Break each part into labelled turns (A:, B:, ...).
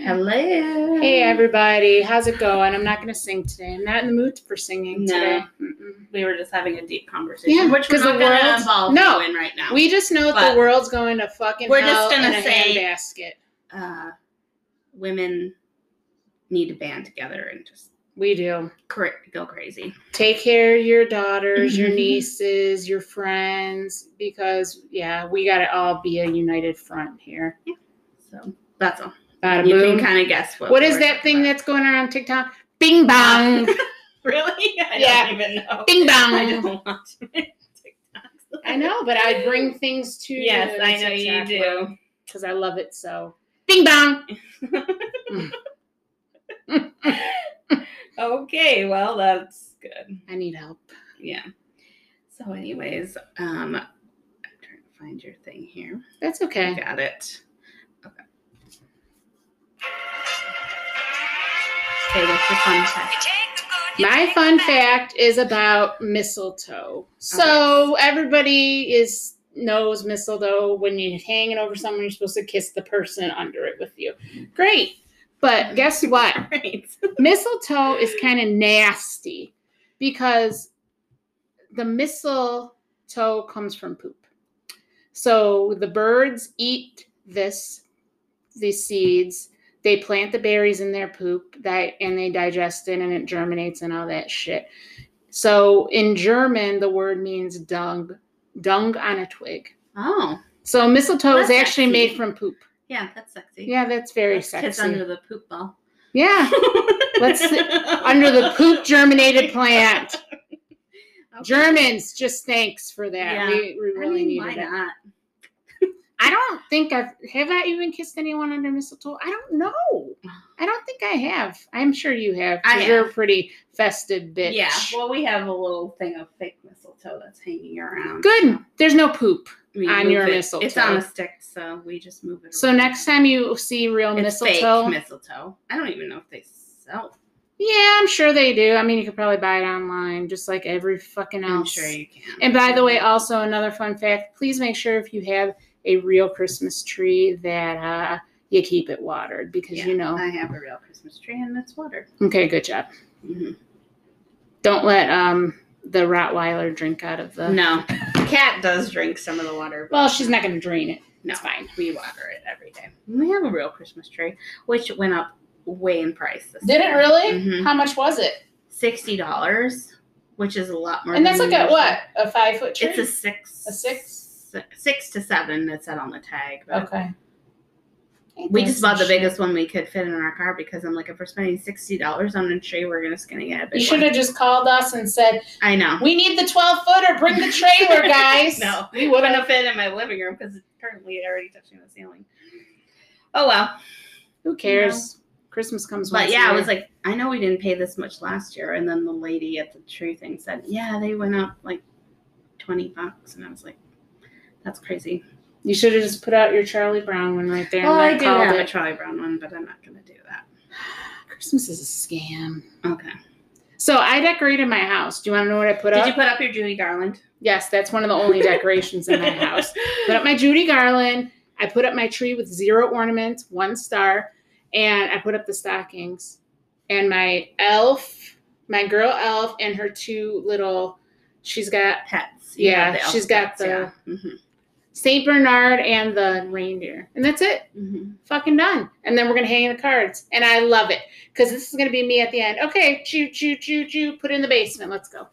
A: Hello.
B: Hey everybody, how's it going? I'm not gonna sing today. I'm not in the mood for singing
A: No.
B: today. Mm-mm.
A: We were just having a deep conversation,
B: Yeah,
A: which we're
B: 'cause
A: not
B: the
A: going to
B: world's-
A: involve
B: No.
A: you in right now.
B: We just know that
A: But-
B: the world's going to fucking
A: We're just
B: hell
A: gonna
B: in a
A: say-
B: handbasket.
A: uh, women need to band together and just
B: We do.
A: cra- go crazy.
B: Take care of your daughters, your
A: Mhm.
B: nieces, your friends, because yeah, we gotta all be a united front here.
A: So that's all.
B: Bada
A: you
B: boom.
A: can kind of guess what.
B: what
A: we
B: is
A: were
B: that
A: talking
B: thing
A: about.
B: that's going around TikTok? Bing bong,
A: really? I
B: Yeah.
A: don't even know.
B: bing
A: I
B: bong.
A: don't watch TikToks.
B: I know, but I bring things to
A: Yes,
B: the
A: I know you
B: TikTok world.
A: do.
B: because I love it so. Bing bong.
A: Okay, well that's good.
B: I need help.
A: Yeah. So, anyways, um, I'm trying to find your thing here.
B: That's
A: I
B: okay.
A: Got it. Okay. Okay, what's the fun fact?
B: My fun fact is about mistletoe. So everybody is knows mistletoe. When you hang it over someone, you're supposed to kiss the person under it with you. Great. But guess what?
A: Right.
B: mistletoe is kind of nasty because the mistletoe comes from poop. So the birds eat this, these seeds. They plant the berries in their poop that, and they digest it and it germinates and all that shit. So in German, the word means dung, dung on a twig.
A: Oh,
B: So mistletoe is
A: That's
B: actually
A: sexy.
B: made from poop.
A: yeah, that's sexy.
B: Yeah, that's very
A: Let's Kiss
B: sexy.
A: under the poop ball.
B: yeah, let's under the poop germinated plant.
A: Okay.
B: Germans, just thanks for that.
A: Yeah.
B: We, we
A: I
B: really
A: mean, why
B: needed it.
A: not?
B: I don't think I've have I even kissed anyone under mistletoe. I don't know. I don't think I have. I'm sure you have. 'cause
A: I
B: You're a pretty festive bitch.
A: Yeah. Well, we have a little thing of fake mistletoe that's hanging around.
B: Good. There's no poop.
A: We
B: On
A: move
B: your
A: it. It's
B: mistletoe.
A: on a stick, so we just move it.
B: So
A: around.
B: next time you see real
A: It's
B: mistletoe,
A: fake mistletoe. I don't even know if they sell.
B: yeah, I'm sure they do. I mean, you could probably buy it online, just like every fucking else.
A: I'm sure you can.
B: And by the way, also another fun fact: please make sure if you have a real Christmas tree that uh, you keep it watered because
A: Yeah,
B: you know.
A: I have a real Christmas tree and it's watered.
B: Okay, good job.
A: Mhm.
B: Don't let um the Rottweiler drink out of the.
A: No, cat does drink some of the water. but
B: Well, she's not going to drain it.
A: no,
B: It's fine.
A: we water it every day. We have a real Christmas tree, which went up way in price. This
B: Did it
A: year.
B: really?
A: Mhm.
B: How much was it?
A: Sixty dollars, which is a lot more.
B: And that's
A: than
B: like a
A: usual.
B: what? A five foot tree.
A: Mm-hmm. It's a six.
B: A six?
A: Six to seven. That's said on the tag. But
B: okay. Ain't
A: We
B: that
A: just bought the
B: some shit?
A: biggest one we could fit in our car because I'm like, if we're spending sixty dollars on a tree, we're just gonna get a big
B: You should
A: one.
B: have just called us and said,
A: I know.
B: "We need the twelve footer. Bring the trailer, guys."
A: No,
B: we
A: It
B: would
A: wouldn't have
B: have.
A: fit in my living room because apparently it already touching the ceiling. Oh well,
B: Who cares? Christmas comes.
A: but
B: once a
A: yeah, I
B: year.
A: was like, I know we didn't pay this much last year, and then the lady at the tree thing said, yeah, they went up like twenty bucks, and I was like, that's crazy.
B: You should have just put out your Charlie Brown one right there.
A: well,
B: and
A: I
B: then
A: do
B: called
A: have a
B: it.
A: Charlie Brown one, but I'm not gonna do that.
B: Christmas is a scam.
A: Okay.
B: So I decorated my house. Do you want to know what I put
A: Did
B: up?
A: you put up your Judy Garland?
B: yes, that's one of the only decorations in my house. Put up my Judy Garland. I put up my tree with zero ornaments, one star, and I put up the stockings. And my elf, my girl elf, and her two little. She's got
A: Pets.
B: Yeah,
A: she's
B: she's got the- Saint Bernard and the reindeer, and that's it.
A: hmm
B: fucking done. And then we're gonna hang in the cards. And I love it because this is gonna be me at the end. Okay, choo choo choo choo. Put it in the basement. Let's go.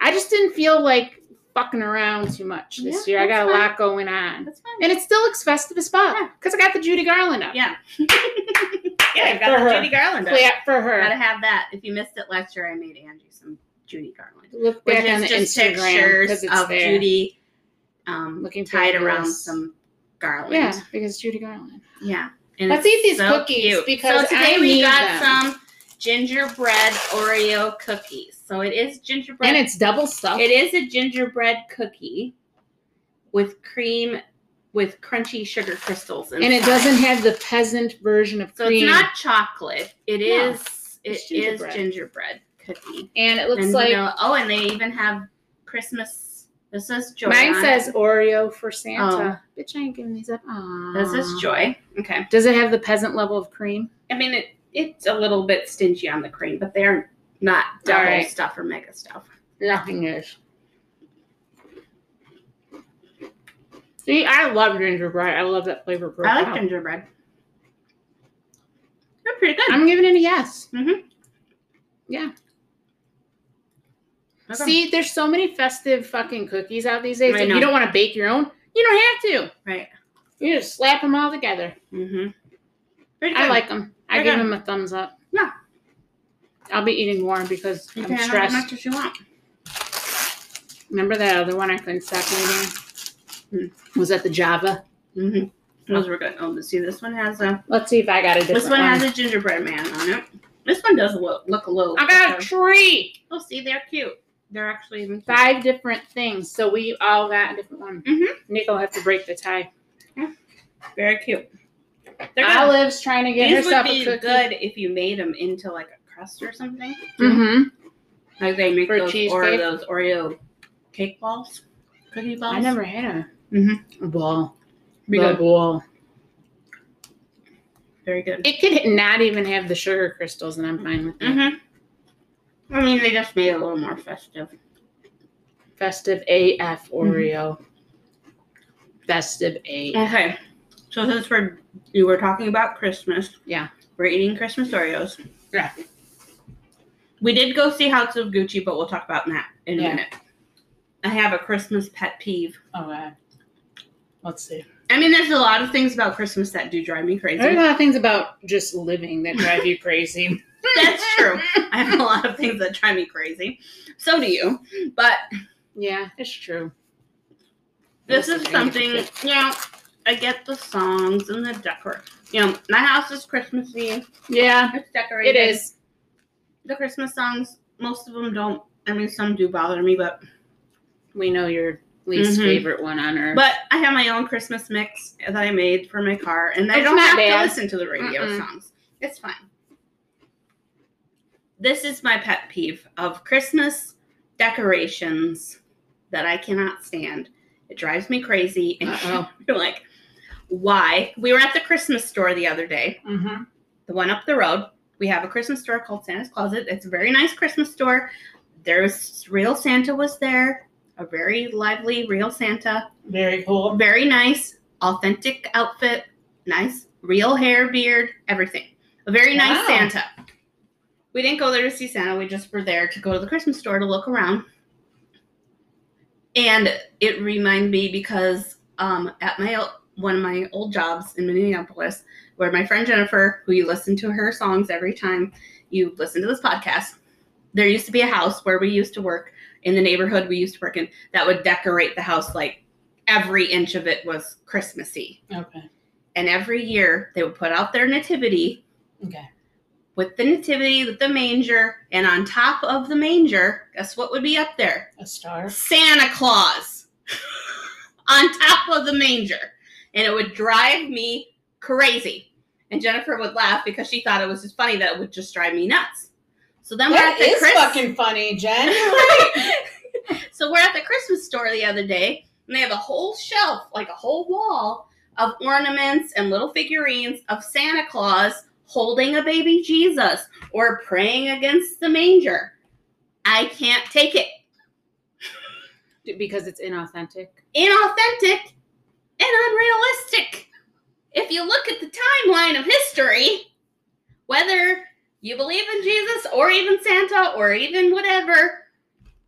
B: I just didn't feel like fucking around too much this
A: Yeah,
B: year. I got a
A: that's fine.
B: lot going on,
A: That's fine.
B: and it still looks festive as fuck
A: Yeah.
B: because I got the Judy Garland up.
A: Yeah. yeah, I've
B: For
A: got the
B: her.
A: Judy Garland. up.
B: Clap for
A: Gotta
B: her.
A: have that. If you missed it last year, I made Angie some Judy Garland.
B: Look
A: Which
B: back on
A: is
B: the
A: just
B: Instagram
A: pictures
B: because it's
A: of
B: there.
A: Judy um,
B: Looking
A: tied around
B: fabulous.
A: some garland.
B: Yeah, because Judy Garland.
A: Yeah. And
B: Let's
A: it's
B: eat these
A: so
B: cookies
A: cute.
B: because
A: so today
B: I
A: we
B: need
A: got
B: them.
A: some gingerbread Oreo cookies. So it is gingerbread.
B: And it's double stuffed.
A: It is a gingerbread cookie with cream with crunchy sugar crystals
B: and it
A: inside.
B: doesn't have the peasant version of
A: So
B: cream.
A: it's not chocolate. It
B: No,
A: is. It
B: it's
A: is
B: gingerbread.
A: gingerbread cookie.
B: and it looks
A: and
B: like
A: vanilla- oh, and they even have Christmas This is Joy.
B: Mine
A: on-
B: says Oreo for Santa. Bitch, I ain't giving these up. Aww.
A: This is Joy. Okay.
B: Does it have the peasant level of cream?
A: I mean, it, it's a little bit stingy on the cream, but they're not double
B: All right.
A: stuff or mega stuff.
B: Nothing is. See, I love gingerbread. I love that flavor
A: I
B: profile.
A: like gingerbread. They're pretty good.
B: I'm giving it a yes.
A: Okay.
B: See, there's so many festive fucking cookies out these days.
A: I
B: If
A: know.
B: you don't want to bake your own, you don't have to.
A: Right.
B: You just slap them all together.
A: Mm-hmm. Pretty good.
B: I like them. I
A: They're
B: give
A: good.
B: them a thumbs up.
A: Yeah.
B: I'll be eating more because
A: You
B: I'm
A: can have as
B: stressed.
A: much as you want.
B: Remember that other one I couldn't stop eating? Was that the Java?
A: Mm-hmm. Those were good. Oh, let's see. This one has a.
B: Let's see if I got a different
A: This one
B: one.
A: has a gingerbread man on it. This one does look, look a little.
B: I got a
A: better.
B: tree.
A: Oh, see, they're cute. They're actually even cute.
B: Five different things. So we all got a different one.
A: Mhm.
B: Nick will have to break the tie.
A: very cute. They're good.
B: Olive's trying to get
A: These would
B: herself
A: be
B: a cookie.
A: good if you made them into like a crust or something.
B: Mm-hmm.
A: Like they make
B: For
A: those or
B: cheesecake?
A: those Oreo cake balls, cookie balls.
B: I never had a
A: Mhm.
B: ball.
A: Be
B: The
A: good.
B: ball.
A: Very good.
B: It could not even have the sugar crystals, and I'm fine with that.
A: Mm-hmm. I mean, they just made it a little more festive.
B: Festive AF Oreo.
A: Mm-hmm.
B: Festive A.
A: Okay, so since we're you were talking about Christmas,
B: Yeah.
A: we're eating Christmas Oreos.
B: Yeah.
A: We did go see House of Gucci, but we'll talk about that in a
B: Yeah.
A: minute. I have a Christmas pet peeve.
B: Oh, God. Let's see.
A: I mean, there's a lot of things about Christmas that do drive me crazy.
B: There's a lot of things about just living that drive you crazy.
A: That's true. I have a lot of things that drive me crazy. So do you. But
B: Yeah, it's true.
A: this
B: Listen,
A: is
B: I get to
A: something, you know, I get the songs and the decor. You know, my house is Christmassy.
B: pick- Yeah,
A: It's
B: it
A: decorated.
B: is.
A: The Christmas songs, most of them don't. I mean, some do bother me, but
B: We know your least
A: Mhm.
B: favorite one on earth.
A: but I have my own Christmas mix that I made for my car, and I
B: It's
A: don't
B: not
A: have
B: bad.
A: to listen to the radio
B: Mm-mm.
A: songs. It's fine. This is my pet peeve of Christmas decorations that I cannot stand. It drives me crazy, and
B: Uh-oh.
A: you're like, why? We were at the Christmas store the other day,
B: Mhm.
A: the one up the road. We have a Christmas store called Santa's Closet. It's a very nice Christmas store. There's real Santa was there, a very lively real Santa
B: Very cool.
A: very nice, authentic outfit, nice, real hair, beard, everything. A very nice
B: Wow.
A: Santa. We didn't go there to see Santa, we just were there to go to the Christmas store to look around. And it reminded me because um, at my o- one of my old jobs in Minneapolis, where my friend Jennifer, who you listen to her songs every time you listen to this podcast, there used to be a house where we used to work in the neighborhood we used to work in that would decorate the house like every inch of it was Christmassy.
B: Okay.
A: And every year they would put out their nativity
B: Okay.
A: with the nativity, with the manger, and on top of the manger, guess what would be up there?
B: A star.
A: Santa Claus on top of the manger. And it would drive me crazy. And Jennifer would laugh because she thought it was just funny that it would just drive me nuts. So then we're at the Chris-
B: funny, Jen.
A: so we're at the Christmas store the other day, and they have a whole shelf, like a whole wall of ornaments and little figurines of Santa Claus holding a baby Jesus or praying against the manger. I can't take it.
B: because it's inauthentic.
A: Inauthentic and unrealistic. If you look at the timeline of history, whether you believe in Jesus or even Santa or even whatever,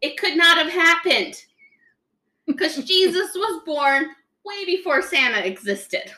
A: it could not have happened. Because Jesus was born way before Santa existed.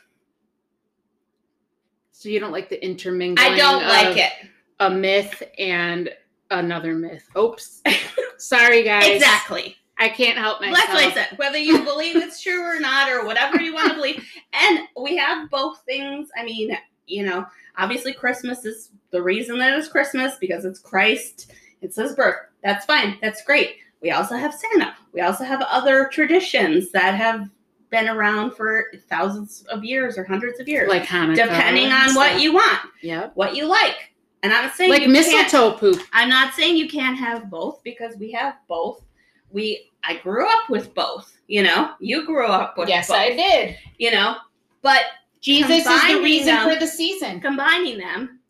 B: So you don't like the intermingling.
A: I don't like
B: of
A: it.
B: A myth and another myth. Oops. Sorry, guys.
A: Exactly.
B: I can't help myself.
A: That's what I said. Whether you believe it's true or not, or whatever you want to believe. And we have both things. I mean, you know, obviously Christmas is the reason that it's Christmas because it's Christ, it's his birth. That's fine. That's great. We also have Santa. We also have other traditions that have been around for thousands of years or hundreds of years.
B: Like Hanukkah.
A: depending on
B: and
A: what
B: stuff.
A: you want,
B: Yep.
A: what you like. And I'm not saying
B: Like
A: you can't-
B: mistletoe poop.
A: I'm not saying you can't have both because we have both. we I grew up with both. You know, you grew up with
B: yes,
A: both,
B: I did.
A: you know, but
B: Jesus is the
A: Combining
B: reason
A: them-
B: for the season.
A: combining them,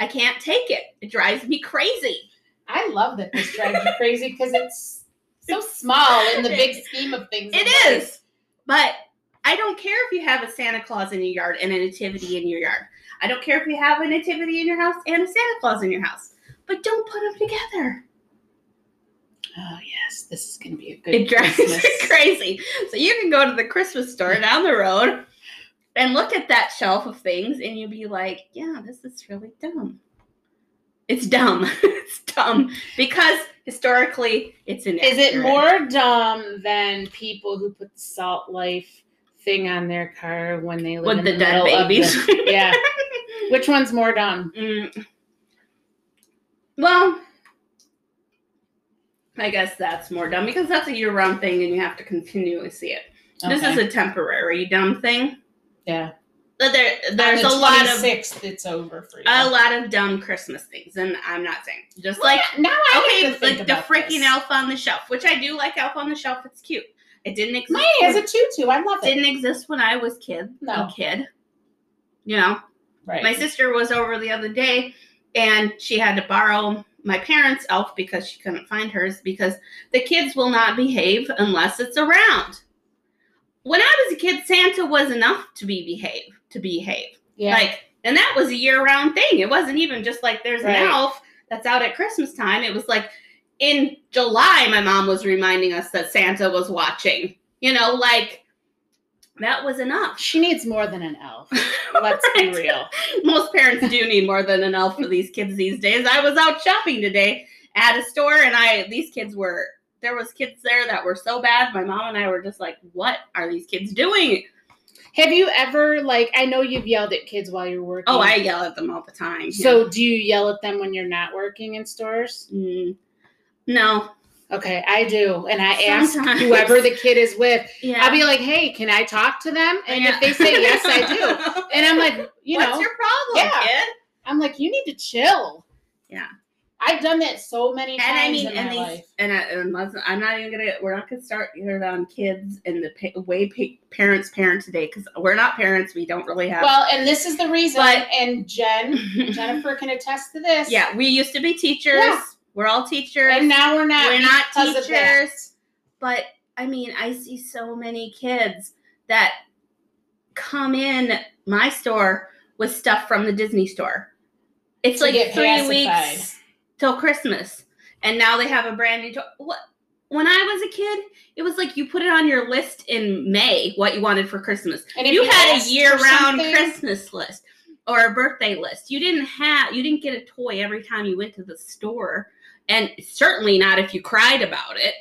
A: I can't take it. It drives me crazy.
B: I love that this drives you crazy because it's so small in the big scheme of things.
A: It is. But I don't care if you have a Santa Claus in your yard and a nativity in your yard. I don't care if you have a nativity in your house and a Santa Claus in your house. But don't put them together.
B: Oh yes, this is going to be a good
A: It drives me
B: Christmas.
A: crazy. So you can go to the Christmas store down the road and look at that shelf of things and you'll be like, yeah, this is really dumb. It's dumb. it's dumb. Because historically it's inaccurate.
B: Is it more dumb than people who put the salt life thing on their car when they live
A: with
B: in
A: the, dead
B: middle of
A: babies?
B: the- yeah. Which one's more dumb?
A: Mm. Well, I guess that's more dumb because that's a year round thing and you have to continually see it. This is
B: Okay.
A: a temporary dumb thing.
B: yeah.
A: But there, there's
B: On
A: a
B: the
A: lot of
B: 26th, It's over for you.
A: a lot of dumb Christmas things, and I'm not saying just like
B: now I
A: okay,
B: have to think
A: like the
B: about
A: freaking
B: this.
A: elf on the shelf, which I do like elf on the shelf. It's cute. It didn't exist.
B: Mine has a tutu. I love
A: it
B: it.
A: didn't exist when I was kid.
B: No.
A: A kid. You know,
B: right.
A: My sister was over the other day and she had to borrow my parents' elf because she couldn't find hers because the kids will not behave unless it's around. When I was a kid, Santa was enough to be behave, to behave.
B: yeah.
A: Like, and that was a year-round thing. It wasn't even just like there's
B: Right.
A: an elf that's out at Christmas time. It was like in July, my mom was reminding us that Santa was watching. You know, like that was enough.
B: she needs more than an elf. Let's be
A: Right.
B: real.
A: Most parents do need more than an elf for these kids these days. I was out shopping today at a store and I these kids were there was kids there that were so bad. My mom and I were just like, "What are these kids doing?"
B: Have you ever like I know you've yelled at kids while you're working.
A: Oh, I yell at them all the time.
B: So do you yell at them when you're not working in stores?
A: Mm. no.
B: Okay, I do. And I ask
A: Sometimes.
B: whoever the kid is with.
A: Yeah.
B: I'll be like, "Hey, can I talk to them?" And
A: Yeah.
B: if they say yes, I do. And I'm like, you
A: "What's
B: know,
A: your problem,
B: yeah.
A: kid?"
B: I'm like, "You need to chill."
A: Yeah.
B: I've done that so many times
A: And I mean,
B: in
A: and
B: my
A: these,
B: life.
A: and, I, and let's, I'm not even gonna. We're not gonna start here on kids and the pa- way pa- parents parent today because we're not parents. We don't really have.
B: Well, and this is the reason
A: But-
B: and Jen Jennifer can attest to this.
A: Yeah, we used to be teachers.
B: Yeah.
A: We're all teachers.
B: And now we're not
A: We're not
B: because of that.
A: teachers. But I mean, I see so many kids that come in my store with stuff from the Disney store. It's
B: To
A: like
B: get
A: three
B: pacified.
A: weeks till Christmas. And now they have a brand new toy. What when I was a kid, it was like you put it on your list in May what you wanted for Christmas
B: And if
A: you had a
B: asked for
A: year-round
B: something-
A: Christmas list or a birthday list. You didn't have you didn't get a toy every time you went to the store, and certainly not if you cried about it.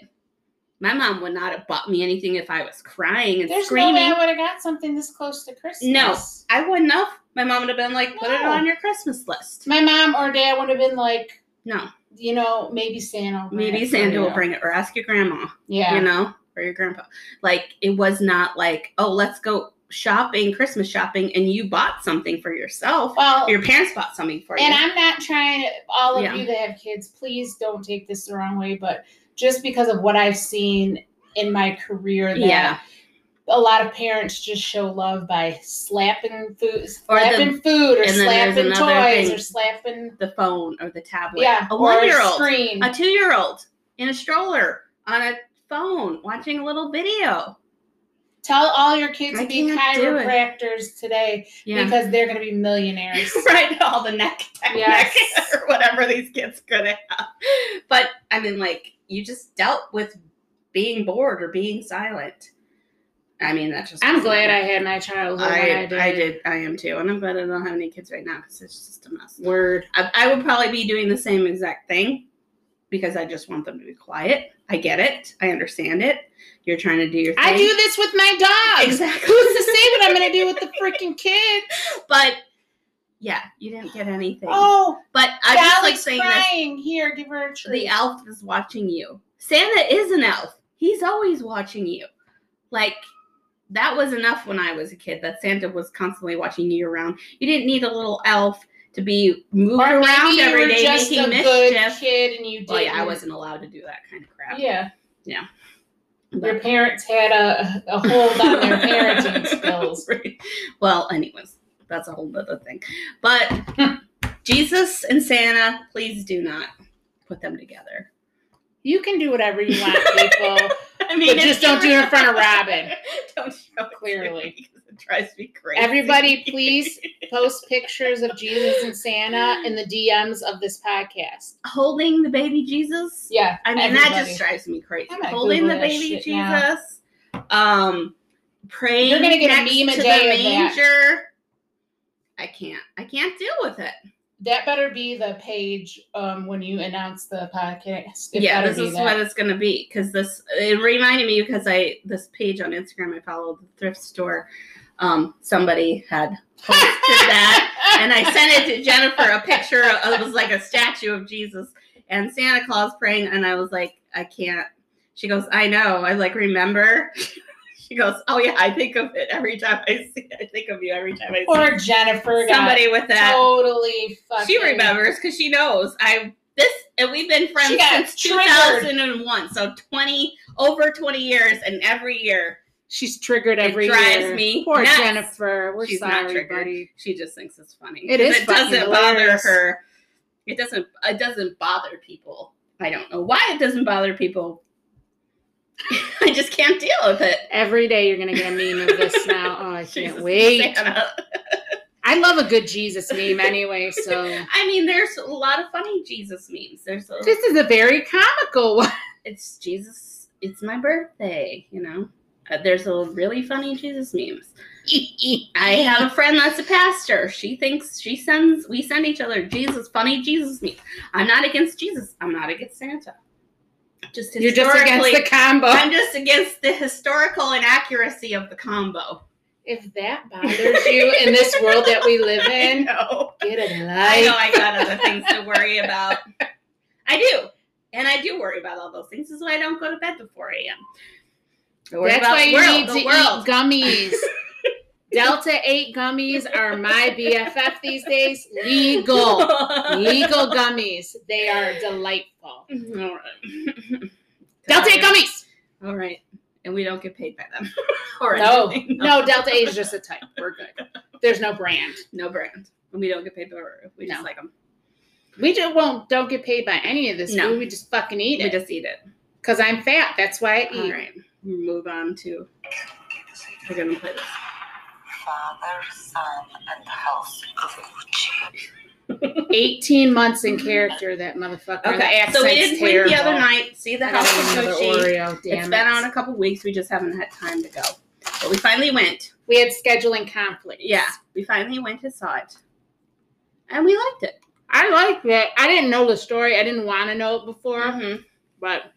A: My mom would not have bought me anything if I was crying and
B: There's
A: screaming.
B: no way I would have got something this close to Christmas.
A: I wouldn't have. My mom would have been like, "Put it
B: No.
A: on your Christmas list."
B: My mom or dad would have been like,
A: No,
B: you know, maybe Santa. will bring
A: maybe
B: it for
A: Santa will
B: you.
A: bring it, or ask your grandma.
B: Yeah.
A: you know, or your grandpa. Like it was not like, "Oh, let's go shopping, Christmas shopping," and you bought something for yourself.
B: well,
A: Your parents bought something for you.
B: and I'm not trying to, all of
A: Yeah.
B: you that have kids, please don't take this the wrong way, but just because of what I've seen in my career, that
A: Yeah.
B: a lot of parents just show love by slapping food,
A: Or the-
B: slapping food, or
A: and then there's
B: slapping toys,
A: another thing.
B: or slapping,
A: the phone or the tablet.
B: yeah,
A: A
B: or
A: one year
B: a
A: old,
B: screen.
A: a two year old in a stroller on a phone watching a little video.
B: Tell all your kids
A: I
B: to be
A: can't do it.
B: chiropractors today
A: Yeah.
B: because they're going to be millionaires.
A: right, all the neck technique
B: Yes.
A: or whatever these kids could have. But I mean, like, you just dealt with being bored or being silent. I mean, that's just.
B: I'm glad I had my childhood.
A: I,
B: when
A: I, did. I am too. And I'm glad I don't have any kids right now because it's just a mess.
B: Word.
A: I, I would probably be doing the same exact thing because I just want them to be quiet. I get it. I understand it. You're trying to do your thing.
B: I do this with my dogs.
A: exactly.
B: Who's to say what I'm going to do with the freaking kids?
A: but yeah, you didn't get anything.
B: Oh,
A: but I just like
B: Sally's
A: saying
B: crying. Here, give her a
A: this: the
B: treat.
A: elf is watching you. Santa is an elf. He's always watching you. Like that was enough when I was a kid that Santa was constantly watching you around. You didn't need a little elf to be moved
B: Or maybe
A: around
B: you
A: every
B: were
A: day
B: just
A: making
B: a
A: mischief.
B: good kid and you did.
A: Well, yeah, I wasn't allowed to do that kind of crap.
B: Yeah.
A: Yeah.
B: Your parents had a, a hold on their parenting skills.
A: Right. Well, anyways, that's a whole other thing. But Jesus and Santa, please do not put them together.
B: You can do whatever you want, people.
A: I
B: But just
A: it's-
B: don't do it in front of Robin.
A: don't show it to
B: Clearly.
A: me because it drives me crazy.
B: Everybody, please post pictures of Jesus and Santa in the DMs of this podcast.
A: holding the baby Jesus.
B: Yeah,
A: I mean, that
B: everybody.
A: just drives me crazy.
B: I'm gonna
A: Holding
B: Google
A: the
B: that
A: baby
B: shit now.
A: Jesus. Um, praying.
B: You're gonna get a
A: next
B: meme a
A: to
B: day
A: the
B: of that.
A: manger. I can't. I can't deal with it.
B: that better be the page um, when you announce the podcast. It
A: yeah,
B: better
A: this
B: be
A: is
B: that.
A: what it's gonna be because this it reminded me because I this page on Instagram I followed the thrift store. Um, somebody had posted that, and I sent it to Jennifer a picture. of It was like a statue of Jesus and Santa Claus praying, and I was like, I can't. She goes, I know. I like remember. She goes, Oh yeah, I think of it every time I see. I think of you every time I see
B: Or Jennifer got
A: somebody with that.
B: totally fucking.
A: She remembers because she knows I this and we've been friends
B: She got
A: since two thousand and one, so twenty over twenty years, and every year
B: She's triggered
A: It
B: every
A: drives
B: year.
A: me
B: Poor
A: nuts.
B: Jennifer. We're
A: She's not
B: sorry,
A: triggered.
B: buddy.
A: she just thinks it's funny.
B: It
A: 'Cause
B: is
A: It
B: fucking
A: doesn't bother
B: hilarious.
A: her. It doesn't. It doesn't bother people. I don't know why it doesn't bother people. I just can't deal with it.
B: Every day you're gonna get a meme of this now. Oh, I
A: Jesus
B: can't wait.
A: Santa.
B: I love a good Jesus meme anyway. So
A: I mean, there's a lot of funny Jesus memes. There's a,
B: this is a very comical one.
A: it's Jesus. It's my birthday. You know, uh, there's a really funny Jesus memes. I have a friend that's a pastor. She thinks she sends we send each other Jesus funny Jesus memes. I'm not against Jesus. I'm not against Santa. Just
B: You're just against
A: historically-
B: the combo.
A: I'm just against the historical inaccuracy of the combo.
B: If that bothers you in this world that we live
A: I
B: in,
A: know.
B: get a
A: I know I
B: life.
A: got other things to worry about. I do. And I do worry about all those things. This is why I don't go to bed before 4 a.m. I worry
B: That's
A: about
B: why
A: the
B: you
A: world,
B: need
A: the
B: to
A: world.
B: eat gummies. Delta 8 gummies are my BFF these days. Legal. Legal gummies. They are delightful.
A: All right.
B: Delta 8 gummies.
A: All right. And we don't get paid by them. or
B: No,
A: anything.
B: no, Delta 8 is just a type. We're good. There's no brand.
A: No brand. And we don't get paid by it. We just
B: No.
A: like them.
B: We just won't don't get paid by any of this
A: No.
B: food. We just fucking eat
A: We
B: it.
A: just eat it.
B: Because I'm fat. That's why I
A: All
B: eat.
A: right. We move on to. We're going to play this.
C: Father, Son, and House of Gucci.
B: 18 months in character, that motherfucker. And
A: Okay.
B: the
A: So we
B: accent's
A: did win the other
B: terrible.
A: night. See the
B: I gotta
A: house
B: get
A: of
B: another
A: Gucci.
B: Oreo, damn
A: It's
B: it.
A: been on a couple weeks. We just haven't had time to go. But we finally went.
B: we had scheduling conflicts.
A: Yeah. We finally went and saw it. And we liked it.
B: I like that. I didn't know the story. I didn't want to know it before,
A: Mhm.
B: but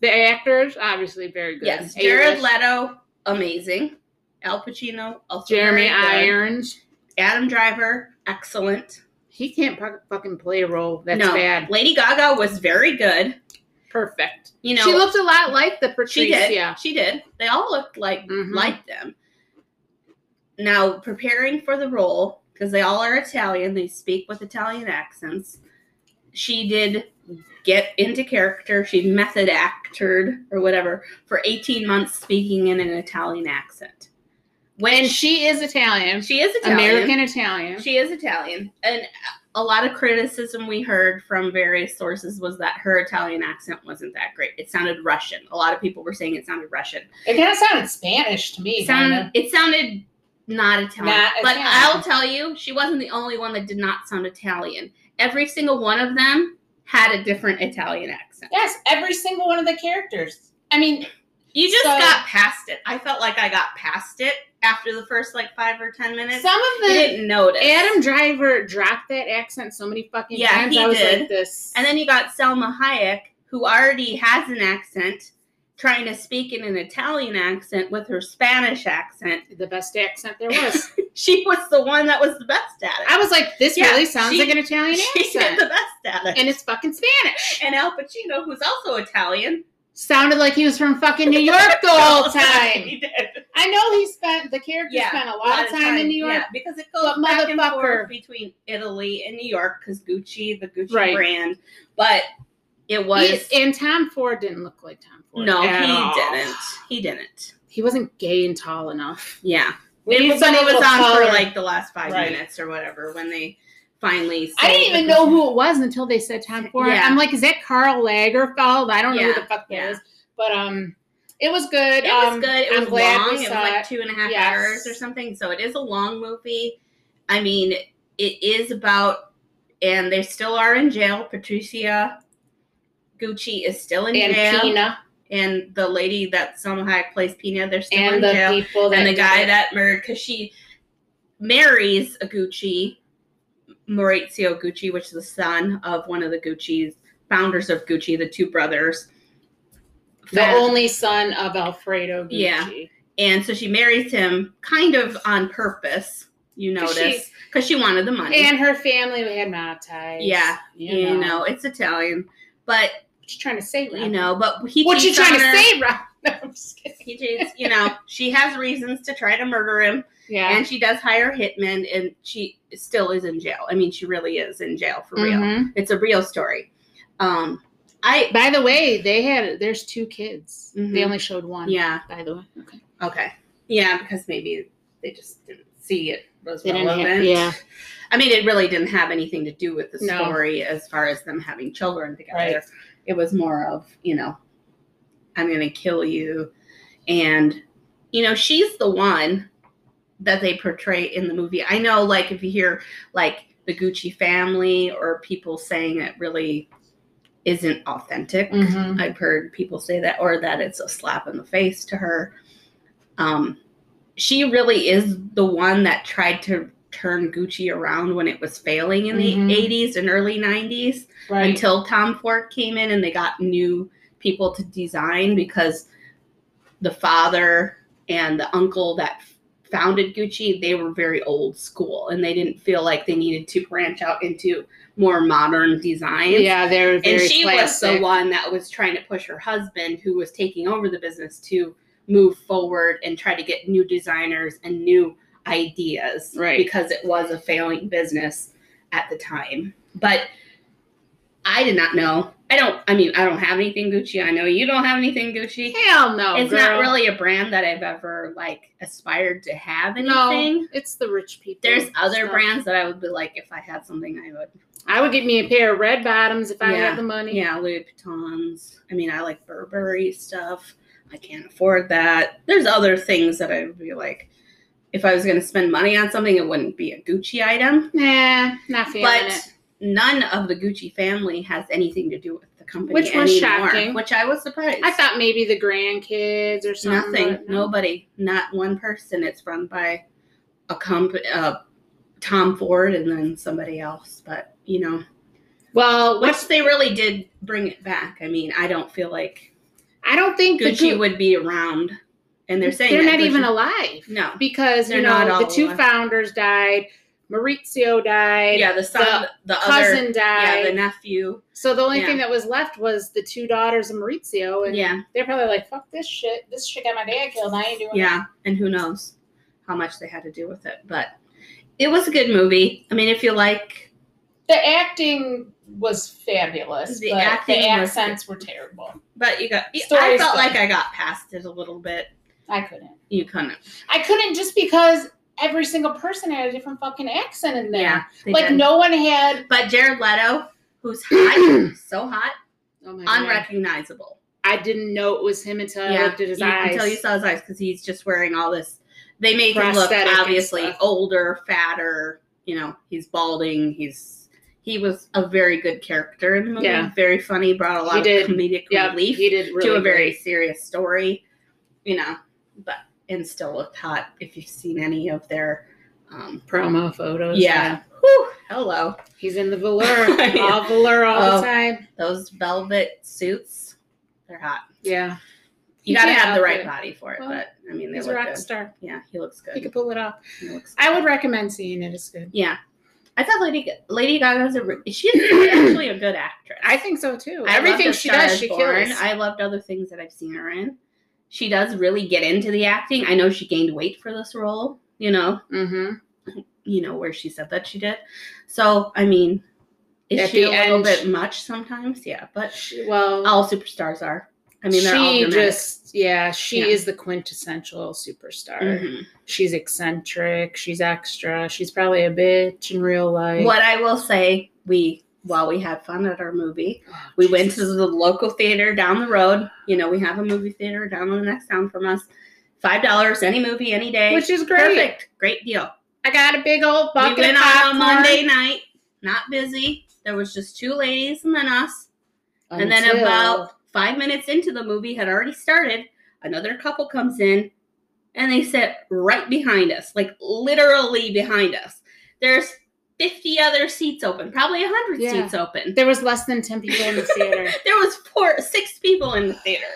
B: the actors obviously very good.
A: Yes. Jared
B: A-list.
A: Leto, amazing. Al Pacino, also
B: Jeremy
A: very good.
B: Irons.
A: Adam Driver, excellent.
B: He can't pu- fucking play a role. That's
A: No.
B: bad.
A: Lady Gaga was very good.
B: Perfect.
A: You know,
B: she looked a lot like the Patricia.
A: she did. She did. They all looked like
B: Mhm.
A: like them. Now preparing for the role because they all are Italian. They speak with Italian accents. She did get into character. She method acted or whatever for 18 months, speaking in an Italian accent. When
B: And
A: she,
B: she is Italian,
A: she is Italian,
B: American Italian.
A: She is Italian. And a lot of criticism we heard from various sources was that her Italian accent wasn't that great. It sounded Russian. A lot of people were saying it sounded Russian.
B: it kind of sounded Spanish to me.
A: It sounded,
B: kinda.
A: it sounded not Italian.
B: Not
A: but
B: Italian.
A: I'll tell you, she wasn't the only one that did not sound Italian. Every single one of them had a different Italian accent.
B: Yes, every single one of the characters. I mean,
A: You just
B: So-
A: got past it. I felt like I got past it after the first like five or ten minutes.
B: some of
A: I
B: the
A: didn't notice.
B: Adam Driver dropped that accent so many fucking
A: Yeah,
B: times.
A: he
B: I was
A: did.
B: like this.
A: And then you got Selma Hayek, who already has an accent, trying to speak in an Italian accent with her Spanish accent.
B: the best accent there was.
A: She was the one that was the best at
B: I was like, this
A: Yeah,
B: really sounds
A: she-
B: like an
A: it.
B: Italian
A: She did
B: accent.
A: the best at it.
B: And it's fucking Spanish.
A: And Al Pacino, who's also Italian,
B: Sounded like he was from fucking New York the whole time.
A: he did.
B: I know he spent the character
A: Yeah,
B: spent a lot of time in New York.
A: yeah, because it goes
B: But
A: back and
B: motherfucker.
A: forth between Italy and New York because Gucci, the Gucci
B: Right.
A: brand, but It was
B: He- and Tom Ford didn't look like Tom Ford.
A: no,
B: at
A: he
B: all.
A: didn't. He didn't.
B: He wasn't gay and tall enough.
A: Yeah,
B: We
A: it
B: need
A: was, but it
B: someone
A: was
B: with
A: on
B: color.
A: for like the last five
D: Right.
A: minutes or whatever when they finally.
B: I didn't
A: sold
B: even
A: the-
B: know who it was until they said Tom Ford.
A: Yeah.
B: I'm like, is that Carl Lagerfeld? I don't know who
A: Yeah,
B: the fuck that is.
A: yeah.
B: But um, it was
A: It
B: good.
A: was
B: Um,
A: good. It
B: I'm
A: was
B: glad we
A: long. It was
B: saw
A: like
B: it.
A: two and a half
B: Yes.
A: hours or something. So it is a long movie. I mean, it is about, and they still are in jail. Patricia Gucci is still in
B: and
A: jail,
B: Pina
A: and the lady that somehow plays Pina, they're still in
B: and the
A: jail.
B: people that
A: and the
B: did
A: guy
B: it.
A: that murdered because she marries a Gucci, Maurizio Gucci, which is the son of one of the Gucci's founders of Gucci, the two brothers.
B: the only son of Alfredo Gucci.
A: Yeah. and so she marries him kind of on purpose, you
B: 'Cause she-
A: notice, because she, wanted the money.
B: And her family we had Matai.
A: Yeah,
B: you,
A: you
B: know.
A: know, it's Italian, but
B: What you trying to say, Rob?
A: you know, but he
B: what you
A: cheats on
B: trying to
A: her.
B: say, Rob? No, I'm just kidding.
A: He cheats, you know, she has reasons to try to murder him,
B: Yeah.
A: and she does hire hitmen, and she still is in jail. I mean, she really is in jail for real.
B: Mhm.
A: It's a real story. Um, I
B: By the way, they had there's two kids.
A: Mhm.
B: They only showed one.
A: yeah
B: By the way. Okay.
A: okay yeah because maybe they just didn't see it was
B: They didn't have-
A: relevant.
B: yeah.
A: I mean, it really didn't have anything to do with the
B: No.
A: story as far as them having children together.
D: Right.
A: It was more of, you know, I'm going to kill you. And, you know, she's the one that they portray in the movie. I know, like, if you hear, like, the Gucci family or people saying it really isn't authentic,
B: Mhm.
A: I've heard people say that, or that it's a slap in the face to her. Um, she really is the one that tried to turn Gucci around when it was failing in
B: Mhm.
A: the 80s and early 90s
B: Right.
A: until Tom Ford came in and they got new people to design because the father and the uncle that founded Gucci, they were very old school and they didn't feel like they needed to branch out into more modern designs
B: yeah, they were very
A: and she was
B: classic.
A: the one that was trying to push her husband who was taking over the business to move forward and try to get new designers and new ideas
B: Right.
A: because it was a failing business at the time but i did not know i don't i mean i don't have anything gucci i know you don't have anything gucci
B: Hell no.
A: it's not
B: Oh, girl.
A: really a brand that i've ever like aspired to have
B: no.
A: anything
B: It's the rich people.
A: there's other
B: stuff.
A: brands that i would be like if i had something i would
B: I would get me a pair of red bottoms if I
A: Yeah.
B: had the money.
A: Yeah, Louis Vuittons. I mean, I like Burberry stuff. I can't afford that. There's other things that I'd be like, if I was going to spend money on something, it wouldn't be a Gucci item.
B: Nah, not feeling
A: but
B: it.
A: none of the Gucci family has anything to do with the company
B: Which was
A: anymore,
B: shocking.
A: Which I was surprised.
B: I thought maybe the grandkids or something.
A: nothing.
B: but no.
A: Nobody. Not one person. It's run by a company. Uh, Tom Ford and then somebody else, but you know,
B: Well,
A: which
B: what's
A: they really did bring it back. I mean, I don't feel like
B: I don't think the
A: Gucci
B: Gu-
A: would be around, and they're saying
B: they're
A: that
B: not
A: Gucci-
B: even alive
A: No.
B: because you
A: They're not
B: know
A: all
B: the two
A: alive.
B: founders died, Maurizio died,
A: Yeah, the son, the,
B: cousin
A: other, yeah,
B: died.
A: the nephew.
B: so the only
A: yeah.
B: thing that was left was the two daughters of Maurizio, and
A: Yeah,
B: they're probably like, "Fuck this shit! This shit got my dad killed. I ain't doing it."
A: yeah, and who knows how much they had to do with it, but it was a good movie. I mean, if you like,
B: The acting was fabulous,
A: The
B: but the
A: acting was-
B: accents were terrible.
A: but you got. I
B: Story's
A: felt
B: good.
A: like I got past it a little bit.
B: I couldn't.
A: You couldn't.
B: I couldn't just because every single person had a different fucking accent in there.
A: Yeah, they
B: like
A: did.
B: no one had.
A: But Jared Leto, who's hot, so hot,
B: Oh my
A: unrecognizable.
B: I didn't know it was him until I looked at his
A: you-
B: eyes.
A: Until you saw his eyes, because he's just wearing all this. They make him
B: Prosthetic
A: look
B: and
A: obviously
B: stuff.
A: older, fatter. You know, he's balding. He's he was a very good character in the movie.
B: Yeah.
A: Very funny. Brought a lot
B: He
A: of
B: did.
A: comedic
B: yeah,
A: relief
B: he did really
A: to a very
B: great.
A: serious story. You know, but and still looked hot. If you've seen any of their, um,
B: promo photos.
A: yeah. Whew, hello,
B: he's in the velour,
A: Yeah.
B: all velour all
A: Oh.
B: the time.
A: those velvet suits. They're hot.
B: Yeah,
A: You
B: He
A: gotta
B: can't
A: have the
B: help
A: right
B: it.
A: body for it,
B: Well,
A: but I mean, they
B: he's a
A: look
B: rock
A: good.
B: star.
A: Yeah, he looks good.
B: He could pull it off.
A: He looks
B: I would recommend seeing it. It's good.
A: Yeah, I thought Lady Ga- Lady Gaga's a re- she's actually a good actress.
B: I think so too.
A: I
B: Everything
A: loved A
B: she
A: Star
B: does,
A: is
B: she
A: Born.
B: kills.
A: I loved other things that I've seen her in. She does really get into the acting. I know she gained weight for this role. You know,
B: mm-hmm.
A: you know where she said that she did. So I mean, Is
B: At
A: she
B: the
A: a little
B: end-
A: bit much sometimes? Yeah, but
B: She- well,
A: all superstars are. I mean, they're all
B: she
A: dramatic.
B: just yeah, she
A: Yeah.
B: is the quintessential superstar.
A: Mhm.
B: She's eccentric. She's extra. She's probably a bitch in real life.
A: What I will say, we while we had fun at our movie,
B: Oh,
A: we went to the local theater down the road. You know, we have a movie theater down in the next town from us. Five dollars, any movie, any day.
B: which is great.
A: Perfect, great deal.
B: I got a big old bucket
A: we went
B: of
A: on
B: popcorn.
A: a Monday night, not busy. There was just two ladies and then us. And then
B: Until-
A: about five minutes into the movie had already started. Another couple comes in and they sit right behind us, like literally behind us. There's 50 other seats open, probably 100
B: Yeah.
A: seats open.
B: there was less than ten people in the theater.
A: There was four, six people in the theater.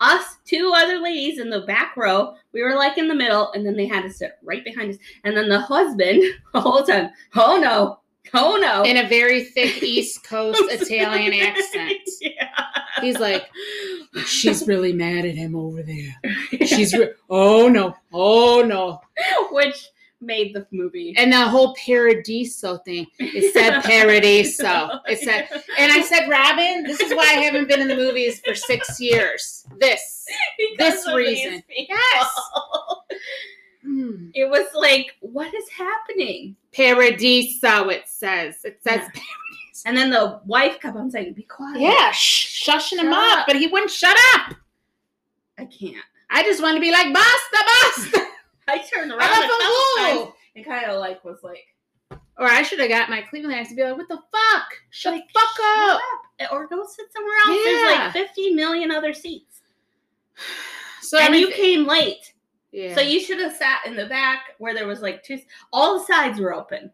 A: Us, two other ladies in the back row. We were like in the middle, and then they had to sit right behind us. And then the husband, the whole time, oh no, oh no.
B: in a very thick East Coast Italian accent.
A: yeah.
B: He's like, she's really mad at him over there. She's, re- oh no, oh no.
A: Which made the movie.
B: And the whole paradiso thing. It said paradiso. It said, and I said, Robin, this is why I haven't been in the movies for six years. This. this reason.
A: Yes.
B: Hmm.
A: It was like, what is happening?
B: Paradiso, it says. It says,
A: And then the wife kept on saying, be quiet.
B: yeah, sh- shushing him
A: Shut
B: up,
A: up.
B: but he wouldn't shut up.
A: I can't.
B: I just wanted to be like, basta, basta.
A: I turned around
B: I'm
A: a
B: a
A: couple
B: fool.
A: times and kind of like was like,
B: Or I should have got my Cleveland accent to be like, what the fuck? Shut
A: Like,
B: the fuck up.
A: up or go sit somewhere else. There's
B: Yeah.
A: like 50 million other seats.
B: So
A: and you
B: everyth-
A: came late.
B: yeah.
A: So you should have sat in the back where there was like two. All the sides were open.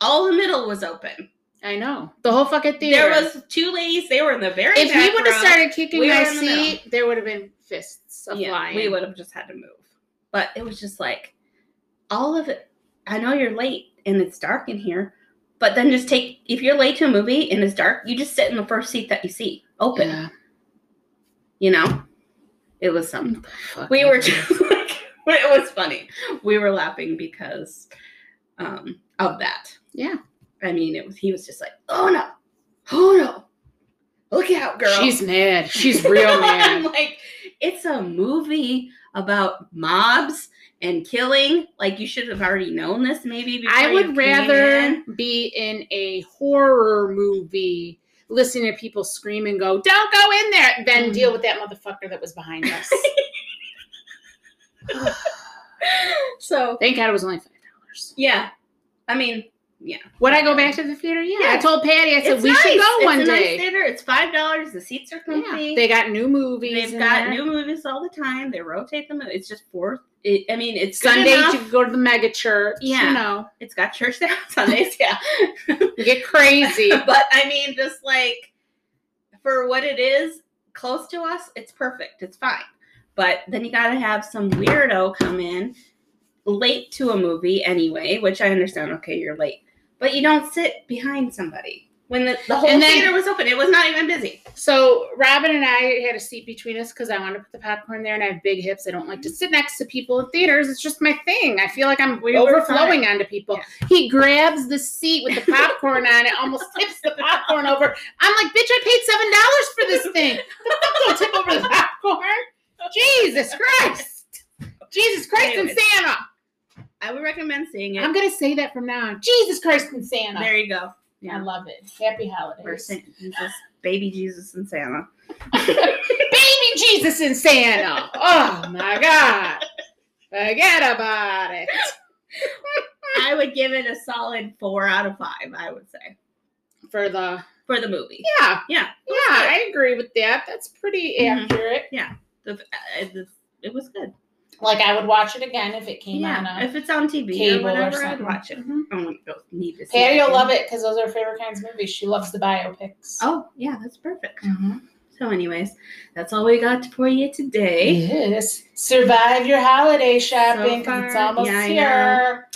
A: All the middle was open.
B: I know. The whole fucking theater.
A: There was two ladies. They were in the very.
B: if
A: back
B: he would have
A: row.
B: started kicking
A: we
B: my
A: were in the middle.
B: seat, there would have been fists of
A: yeah,
B: flying.
A: we would have just had to move. But it was just like all of it. I know you're late and it's dark in here, but then just take if you're late to a movie and it's dark, you just sit in the first seat that you see open.
B: Yeah.
A: You know, it was something.
B: Fuck
A: we
B: it.
A: were just like it was funny we were laughing because um of that
B: Yeah.
A: i mean it was he was just like oh no oh no look out girl
B: She's mad. She's real
A: i'm
B: mad.
A: like it's a movie about mobs and killing like you should have already known this maybe before
B: I
A: you
B: would
A: came
B: rather
A: in.
B: be in a horror movie listening to people scream and go, don't go in there, than
A: Mhm.
B: deal with that motherfucker that was behind us.
A: so
B: Thank God it was only five dollars.
A: yeah i mean
B: Would I go back to the theater? Yeah. I
A: Yeah.
B: told Patty, I said
A: it's
B: we
A: nice.
B: should go
A: it's
B: one
A: a
B: day.
A: nice theater it's five dollars the seats are comfy
B: Yeah. They got new movies.
A: They've
B: in
A: got
B: there.
A: new movies all the time. They rotate them. It's just fourth. It, I mean, it's good
B: Sunday
A: enough.
B: to go to the mega church.
A: Yeah.
B: You know,
A: It's got church there on Sundays, yeah.
B: you get crazy.
A: but I mean, just like for what it is, close to us, it's perfect. It's fine. But then you got to have some weirdo come in late to a movie anyway, which I understand. Okay, you're late, but you don't sit behind somebody when the, the whole
B: And then-
A: theater was open. It was not even busy.
B: so Robin and I had a seat between us because I wanted to put the popcorn there, and I have big hips. I don't like to sit next to people in theaters. It's just my thing. I feel like I'm
A: Mm-hmm. We were
B: overflowing onto people. He grabs the seat with the popcorn on it, almost tips the popcorn over. I'm like, bitch, I paid seven dollars for this thing. The fuck don't tip over the popcorn. Jesus Christ. Jesus Christ and
A: Anyways.
B: Santa.
A: I would recommend seeing it.
B: I'm gonna say that from now on. Jesus Christ and Santa.
A: there you go.
B: I love it. Happy holidays.
A: Or Saint Jesus, baby Jesus and Santa.
B: Baby Jesus and Santa. Oh my God. Forget about it.
A: I would give it a solid four out of five, I would say,
B: For the
A: for the movie.
B: yeah,
A: Yeah.
B: yeah, I agree with that. That's pretty
A: Mhm.
B: accurate.
A: The, uh, the, it was good.
B: Like I would watch it again if it came on.
A: Yeah.
B: A-
A: If it's on TV or
B: cable or
A: whatever, I'd
B: something.
A: watch it.
B: Mhm.
A: I don't go- need to see
B: Patty will
A: again.
B: love it because those are her favorite kinds of movies. She loves the biopics.
A: Oh, yeah, that's perfect.
B: Mhm.
A: So, anyways, that's all we got for you today.
B: Yes. Survive your holiday shopping 'cause it's
A: far.
B: almost
A: Yeah, I know.
B: here.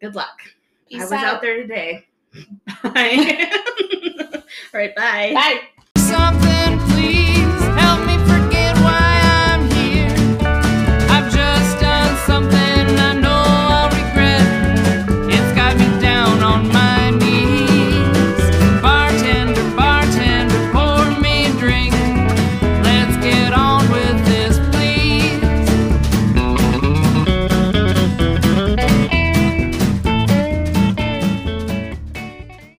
A: Good luck.
B: Peace
A: I was
B: out.
A: out there today. Bye. all right, bye.
B: Bye.
C: Something